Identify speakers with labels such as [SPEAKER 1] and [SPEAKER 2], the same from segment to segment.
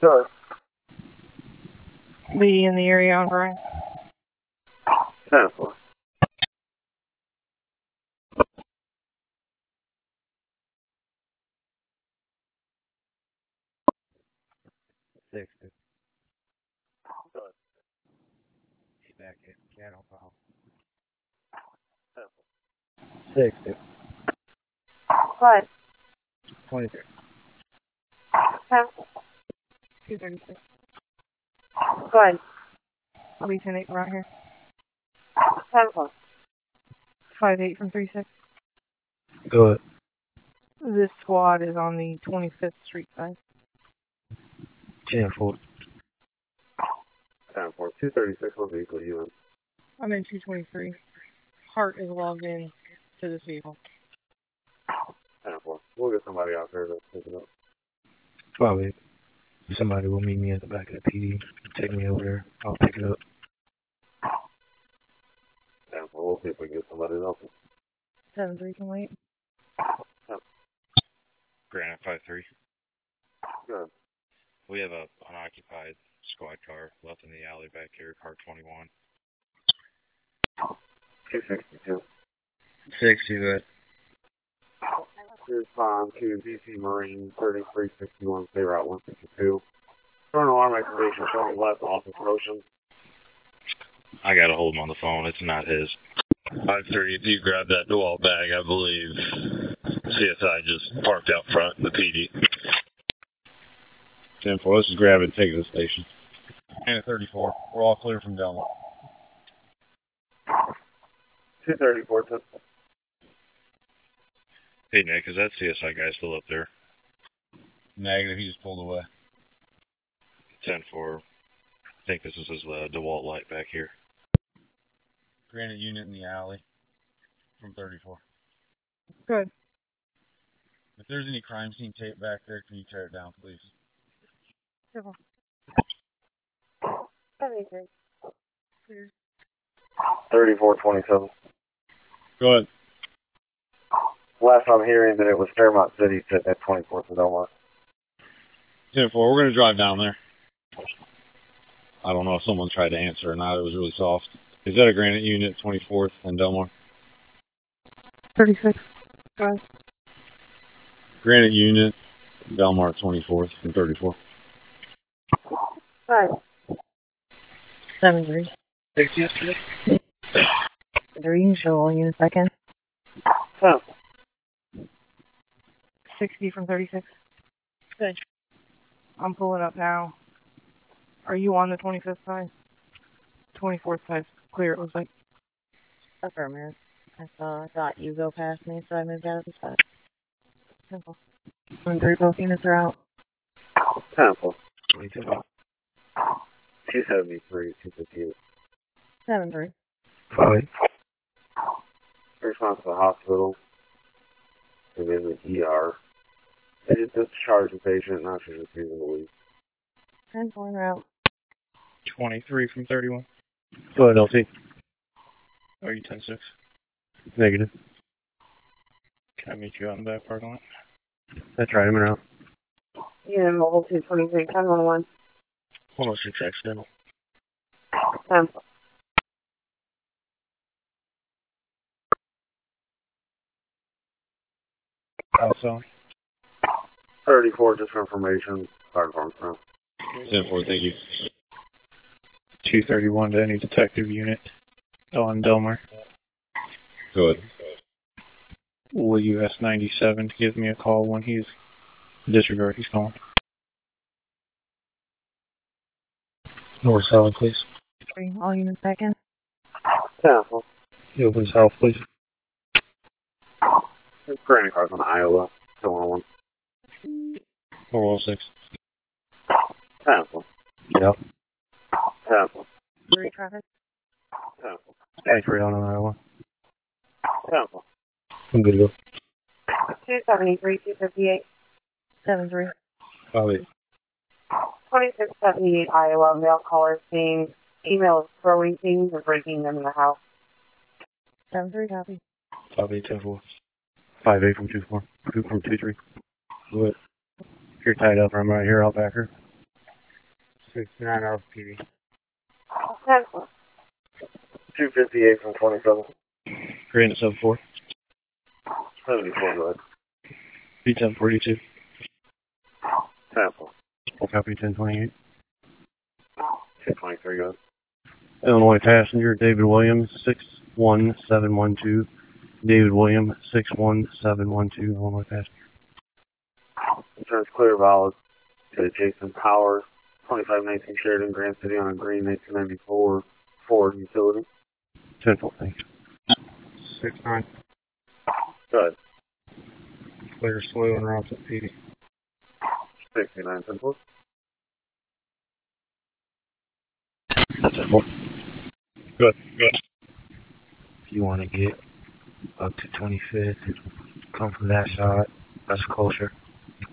[SPEAKER 1] Sure.
[SPEAKER 2] Be in the area on Friday.
[SPEAKER 1] Ten o'clock.
[SPEAKER 3] Sixty. He's back at cattle call. Sixty.
[SPEAKER 2] What?
[SPEAKER 3] Twenty-three.
[SPEAKER 2] Two thirty-six. Good. I'll be ten eight from out here. Ten o'clock. Five eight from three six.
[SPEAKER 3] Good.
[SPEAKER 2] This squad is on the twenty fifth street side.
[SPEAKER 3] Ten four.
[SPEAKER 1] Ten four. Two thirty six on vehicle UN.
[SPEAKER 2] I'm in two twenty three. Hart is logged in to this vehicle.
[SPEAKER 1] Ten four. We'll get somebody out there to pick it up.
[SPEAKER 3] Probably. Somebody will meet me at the back of the PD. Take me over there. I'll pick it up.
[SPEAKER 1] Ten four. We'll see if we can get somebody else.
[SPEAKER 2] Seven three can wait.
[SPEAKER 4] Granite five three.
[SPEAKER 1] Good.
[SPEAKER 4] We have a unoccupied squad car left in the alley back here, car twenty one.
[SPEAKER 1] Two sixty two.
[SPEAKER 3] Sixty. Good.
[SPEAKER 1] Here's time to DC Marine 3361, State Route 162. Current alarm activation showing left office motion.
[SPEAKER 4] I gotta hold him on the phone. It's not his.
[SPEAKER 5] Five three, if you grab that DeWalt bag, I believe CSI just parked out front in the PD. Ten four, let's just grab it and take it to the station. And thirty four, we're all clear from down.
[SPEAKER 1] 234 to
[SPEAKER 4] Hey Nick, is that CSI guy still up there?
[SPEAKER 5] Negative, he just pulled away.
[SPEAKER 4] Ten four. I think this is his uh, DeWalt light back here.
[SPEAKER 5] Granite unit in the alley from thirty four.
[SPEAKER 2] Good.
[SPEAKER 5] If there's any crime scene tape back there, can you tear it down, please?
[SPEAKER 2] Seven three. Clear.
[SPEAKER 1] 3427.
[SPEAKER 5] Go ahead.
[SPEAKER 1] Last I'm hearing that it was Fairmont City sitting at 24th and Delmar.
[SPEAKER 5] Ten four, we're gonna drive down there. I don't know if someone tried to answer or not. It was really soft. Is that a granite unit, 24th and Delmar?
[SPEAKER 2] Thirty six.
[SPEAKER 5] Granite unit, Delmar 24th and 34th.
[SPEAKER 2] Right. Seven three.
[SPEAKER 3] Sixty.
[SPEAKER 2] Three you can show all units back in.
[SPEAKER 1] Huh.
[SPEAKER 2] Sixty from thirty six.
[SPEAKER 6] Good.
[SPEAKER 2] I'm pulling up now. Are you on the twenty fifth side? Twenty fourth side's clear, it looks like.
[SPEAKER 6] Affirmative. I saw, I thought you go past me, so I moved out of the spot.
[SPEAKER 2] Simple.
[SPEAKER 6] When three both units are out.
[SPEAKER 1] Temple.
[SPEAKER 3] Twenty-two.
[SPEAKER 1] 273, 258.
[SPEAKER 6] Seven three.
[SPEAKER 3] Five.
[SPEAKER 1] Response to the hospital. It is an ER. They just discharged the patient, now she's refusing to leave.
[SPEAKER 6] Ten four are out.
[SPEAKER 7] Twenty three from thirty one.
[SPEAKER 3] Go ahead, LT.
[SPEAKER 7] Are you ten six?
[SPEAKER 3] Negative.
[SPEAKER 7] Can I meet you out in that parking lot?
[SPEAKER 3] That's right. I'm around.
[SPEAKER 6] Yeah, mobile two twenty three. Ten one one.
[SPEAKER 7] One oh six accidental.
[SPEAKER 6] Ten
[SPEAKER 3] Oh,
[SPEAKER 7] Also,
[SPEAKER 1] 34, just for information. Fire department. front.
[SPEAKER 5] 10-4, thank you.
[SPEAKER 7] two thirty one to any detective unit on Delmar.
[SPEAKER 5] Go ahead.
[SPEAKER 7] Will you S ninety seven to give me a call when he's disregard he's calling.
[SPEAKER 3] North South, please.
[SPEAKER 6] three. All units back in.
[SPEAKER 1] Temple.
[SPEAKER 3] You open south, please.
[SPEAKER 1] Granite cars on Iowa. Still on one.
[SPEAKER 5] 406.
[SPEAKER 1] Temple.
[SPEAKER 3] Yep.
[SPEAKER 1] Temple.
[SPEAKER 6] Three traffic.
[SPEAKER 1] Temple.
[SPEAKER 3] Thanks for on Iowa.
[SPEAKER 1] Temple.
[SPEAKER 3] I'm good to go.
[SPEAKER 6] Two seventy three. Two fifty eight. Seven three.
[SPEAKER 3] Probably.
[SPEAKER 6] Twenty six seventy eight. Iowa mail caller seeing email throwing things or breaking them in the house. Seven three copy.
[SPEAKER 3] Five eight ten four. Five eight from two four. Two from two three. What?
[SPEAKER 7] If you're tied up, I'm right here. I'll back her.
[SPEAKER 1] 69 hours PD.
[SPEAKER 6] Ten,
[SPEAKER 1] 258 from 27.
[SPEAKER 7] Granite 74.
[SPEAKER 1] 74 good.
[SPEAKER 7] P 1042.
[SPEAKER 1] Sample.
[SPEAKER 7] I'll copy 1028.
[SPEAKER 1] 223 good.
[SPEAKER 7] Illinois passenger David Williams, 61712. David Williams, 61712. Illinois passenger.
[SPEAKER 1] Insurance clear valid to Jason Powers, 2519 Sheridan, Grand City on a green 1994 Ford utility.
[SPEAKER 7] 10 thank you.
[SPEAKER 3] 69.
[SPEAKER 1] Good.
[SPEAKER 3] Clear slow and Robson PD.
[SPEAKER 1] 69 simple.
[SPEAKER 7] That's it. Well,
[SPEAKER 5] Good, good.
[SPEAKER 3] If you want to get up to 25th, come from that side. That's closer.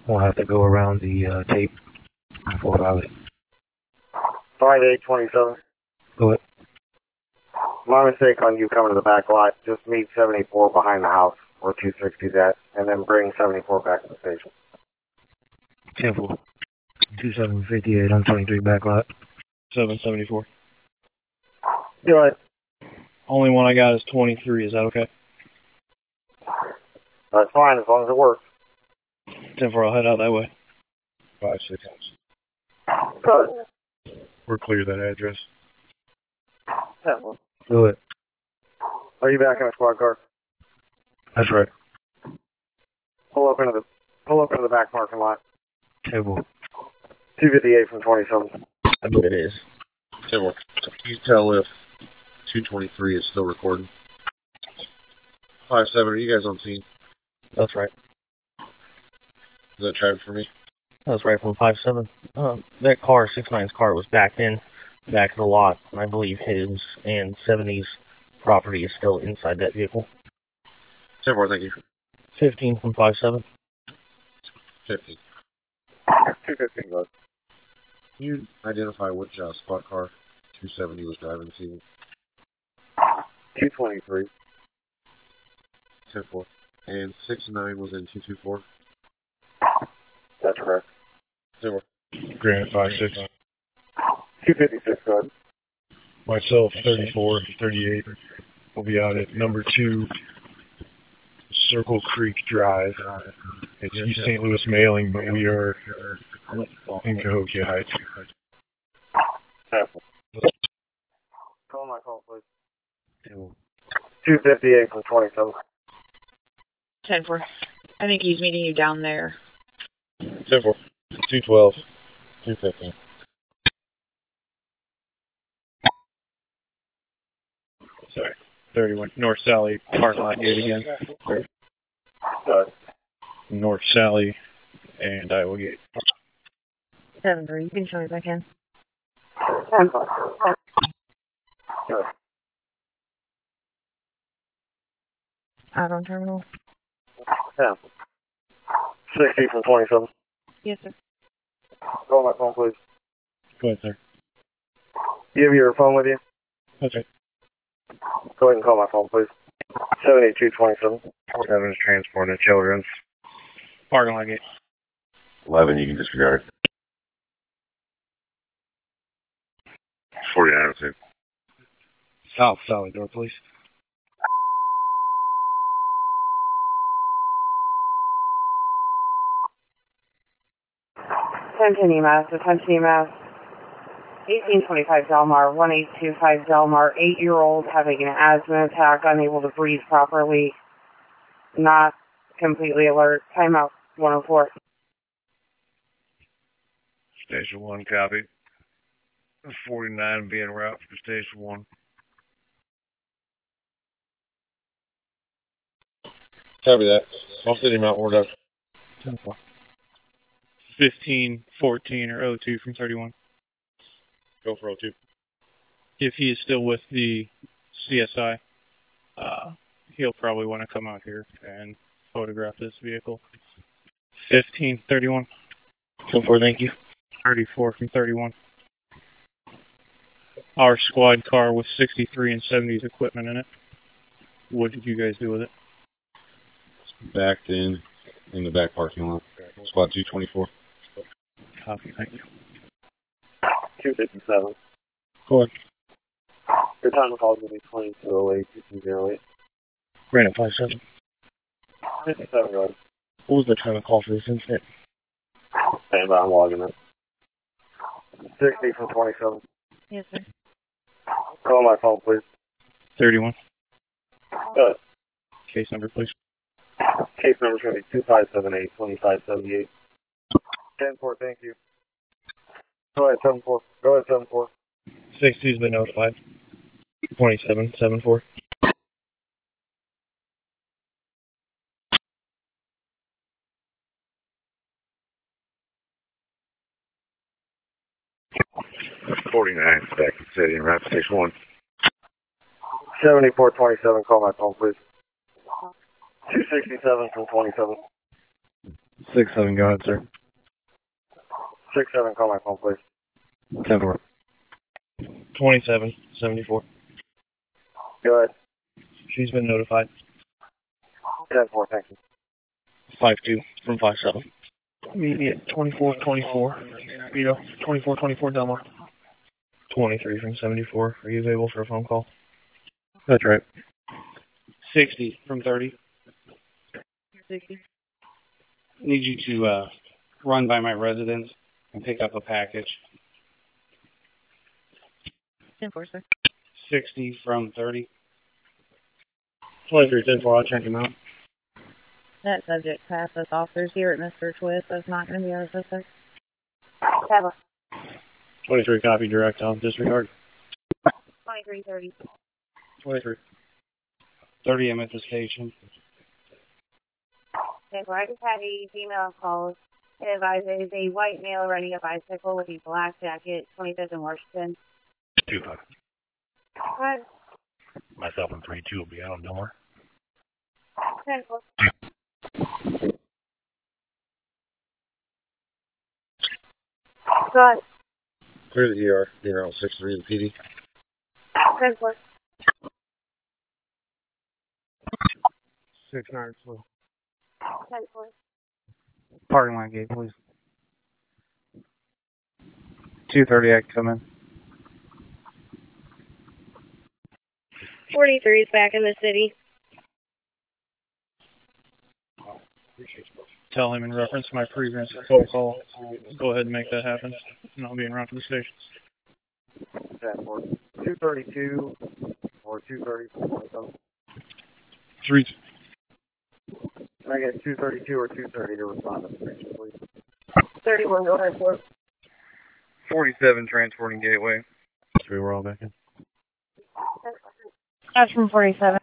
[SPEAKER 3] We'll have to go around the uh, tape for Valley.
[SPEAKER 1] 5827.
[SPEAKER 3] Go ahead.
[SPEAKER 1] My mistake on you coming to the back lot. Just meet 74 behind the house where 260's at, and then bring 74 back to the station.
[SPEAKER 3] 10 4. 2758 on 23 back lot.
[SPEAKER 7] 774.
[SPEAKER 1] Do it.
[SPEAKER 7] Only one I got is 23. Is that okay?
[SPEAKER 1] That's fine as long as it works.
[SPEAKER 7] 10 4, I'll head out that way.
[SPEAKER 5] Five, six.
[SPEAKER 1] Good.
[SPEAKER 5] We're clear of that address.
[SPEAKER 1] Simple.
[SPEAKER 3] Go ahead.
[SPEAKER 1] Are you back in a squad car?
[SPEAKER 3] That's right.
[SPEAKER 1] Pull up into the pull up into the back parking lot.
[SPEAKER 3] 10 4.
[SPEAKER 1] 258 from 27.
[SPEAKER 3] I believe it is.
[SPEAKER 5] Okay, well, can you tell if 223 is still recording? Five seven. Are you guys on scene?
[SPEAKER 7] That's right.
[SPEAKER 5] Is that Travis for me?
[SPEAKER 7] That's right from 5 7. Uh, that car, 6 9's car, was backed in, back of the lot. And I believe his and 70's property is still inside that vehicle.
[SPEAKER 5] Ten four. Thank you.
[SPEAKER 7] 15 from 5 7.
[SPEAKER 5] Fifty.
[SPEAKER 1] 215 good.
[SPEAKER 5] Can you identify which uh, spot car 270 was driving this evening?
[SPEAKER 1] 223.
[SPEAKER 5] Ten four. And six nine was in 224.
[SPEAKER 1] That's correct.
[SPEAKER 5] Granite five six.
[SPEAKER 1] 256 good.
[SPEAKER 5] Myself, 34, 38, will be out at number two, Circle Creek Drive. It's East St. Louis mailing, but we are in Cahokia Heights.
[SPEAKER 1] Sample. Call my call, please.
[SPEAKER 3] 10 4.
[SPEAKER 1] 258 from 27.
[SPEAKER 8] Ten four. I think he's meeting you down there.
[SPEAKER 5] 10 4, 212, 215.
[SPEAKER 7] Sorry. 31. North Sally parking lot gate again.
[SPEAKER 1] Good.
[SPEAKER 7] North Sally and I will get
[SPEAKER 8] Seven three. You can show me back in.
[SPEAKER 6] ten,
[SPEAKER 8] Out on terminal.
[SPEAKER 1] 60 from 27.
[SPEAKER 8] Yes, sir.
[SPEAKER 1] Call my phone, please.
[SPEAKER 7] Go ahead, sir.
[SPEAKER 1] You have your phone with you?
[SPEAKER 7] That's right.
[SPEAKER 1] Go ahead and call my phone, please. 7227.
[SPEAKER 3] Evans Transport and Children's.
[SPEAKER 7] Parking lot gate.
[SPEAKER 9] 11, you can disregard. 49 hours in.
[SPEAKER 7] South Sally door, please.
[SPEAKER 6] ten, ten EMS, attention EMS. Eighteen twenty-five Delmar, one eight two five Delmar, eight-year-old having an asthma attack, unable to breathe properly, not completely alert. Timeout one oh four.
[SPEAKER 5] Station 1, copy. 49 being route from Station 1.
[SPEAKER 7] 10 4. 15, 14, or 02 from 31.
[SPEAKER 5] Go for 02.
[SPEAKER 7] If he is still with the CSI, uh, he'll probably want to come out here and photograph this vehicle. 15, 31. 10 4, thank you. 34 from 31. Our squad car with 63 and 70s equipment in it. What did you guys do with it?
[SPEAKER 5] Backed in, in the back parking lot. Squad 224.
[SPEAKER 7] Copy, thank you.
[SPEAKER 1] 257.
[SPEAKER 7] Forward.
[SPEAKER 1] Your time of call is going to be 2208, 2208.
[SPEAKER 10] Brandon, 5-7.
[SPEAKER 1] 57, go ahead.
[SPEAKER 10] What was the time of call for this incident?
[SPEAKER 1] Stand by, I'm logging it. 60 from 27.
[SPEAKER 8] Yes, sir.
[SPEAKER 1] Call my phone, please.
[SPEAKER 7] 31.
[SPEAKER 1] Go ahead.
[SPEAKER 7] Case number, please.
[SPEAKER 1] Case number's going to be 2578, 2578. 10 4, thank you. Go ahead, 7 4. Go ahead, 7 4.
[SPEAKER 10] 60 has been notified. 27, 7-4.
[SPEAKER 9] Forty-nine, back in city, and route six one.
[SPEAKER 1] 74 27, call my phone, please. 267 from 27.
[SPEAKER 10] 6-7, go ahead, sir.
[SPEAKER 1] 67, call my phone, please.
[SPEAKER 10] 10-4. 27, 74.
[SPEAKER 1] Go ahead.
[SPEAKER 10] She's been notified.
[SPEAKER 1] 10 4, thank you.
[SPEAKER 10] 5-2 from 5-7. Immediate 24-24. Vito, 24-24 Delmar. 23 from 74. Are you available for a phone call? That's right.
[SPEAKER 7] 60 from 30.
[SPEAKER 8] 60.
[SPEAKER 7] Need you to uh, run by my residence and pick up a package.
[SPEAKER 8] 10 4, sir.
[SPEAKER 7] 60 from 30.
[SPEAKER 10] 23, 10-4. I'll check him out.
[SPEAKER 8] That subject passes officers here at Mr. Twist. That's not going to be our assistant.
[SPEAKER 10] 23, copy direct. I'll disregard.
[SPEAKER 8] 23 30.
[SPEAKER 10] 23.
[SPEAKER 7] 30 I'm at the station.
[SPEAKER 6] Okay, well, I just had a female call. It advises a white male riding a bicycle with a black jacket, 25th in Washington.
[SPEAKER 5] Two five.
[SPEAKER 6] What?
[SPEAKER 5] Myself and three two will be out on Delmar.
[SPEAKER 6] Ten four. Go ahead.
[SPEAKER 11] Clear
[SPEAKER 7] E
[SPEAKER 11] the ER, being around 63 to PD.
[SPEAKER 6] Ten four.
[SPEAKER 10] 6-9, so
[SPEAKER 6] Ten four.
[SPEAKER 10] parking lot gate, please. 230, I can come in.
[SPEAKER 12] 43 is back in the city.
[SPEAKER 7] Tell him in reference to my previous phone call. Go ahead and make that happen, and I'll be in route to the station.
[SPEAKER 1] 10 4. 232 or 230.
[SPEAKER 7] Three,
[SPEAKER 1] Can I get 232 or 230 to respond to the question, please?
[SPEAKER 12] 31, go ahead,
[SPEAKER 10] 47, transporting gateway. Should we roll back in?
[SPEAKER 12] That's from 47.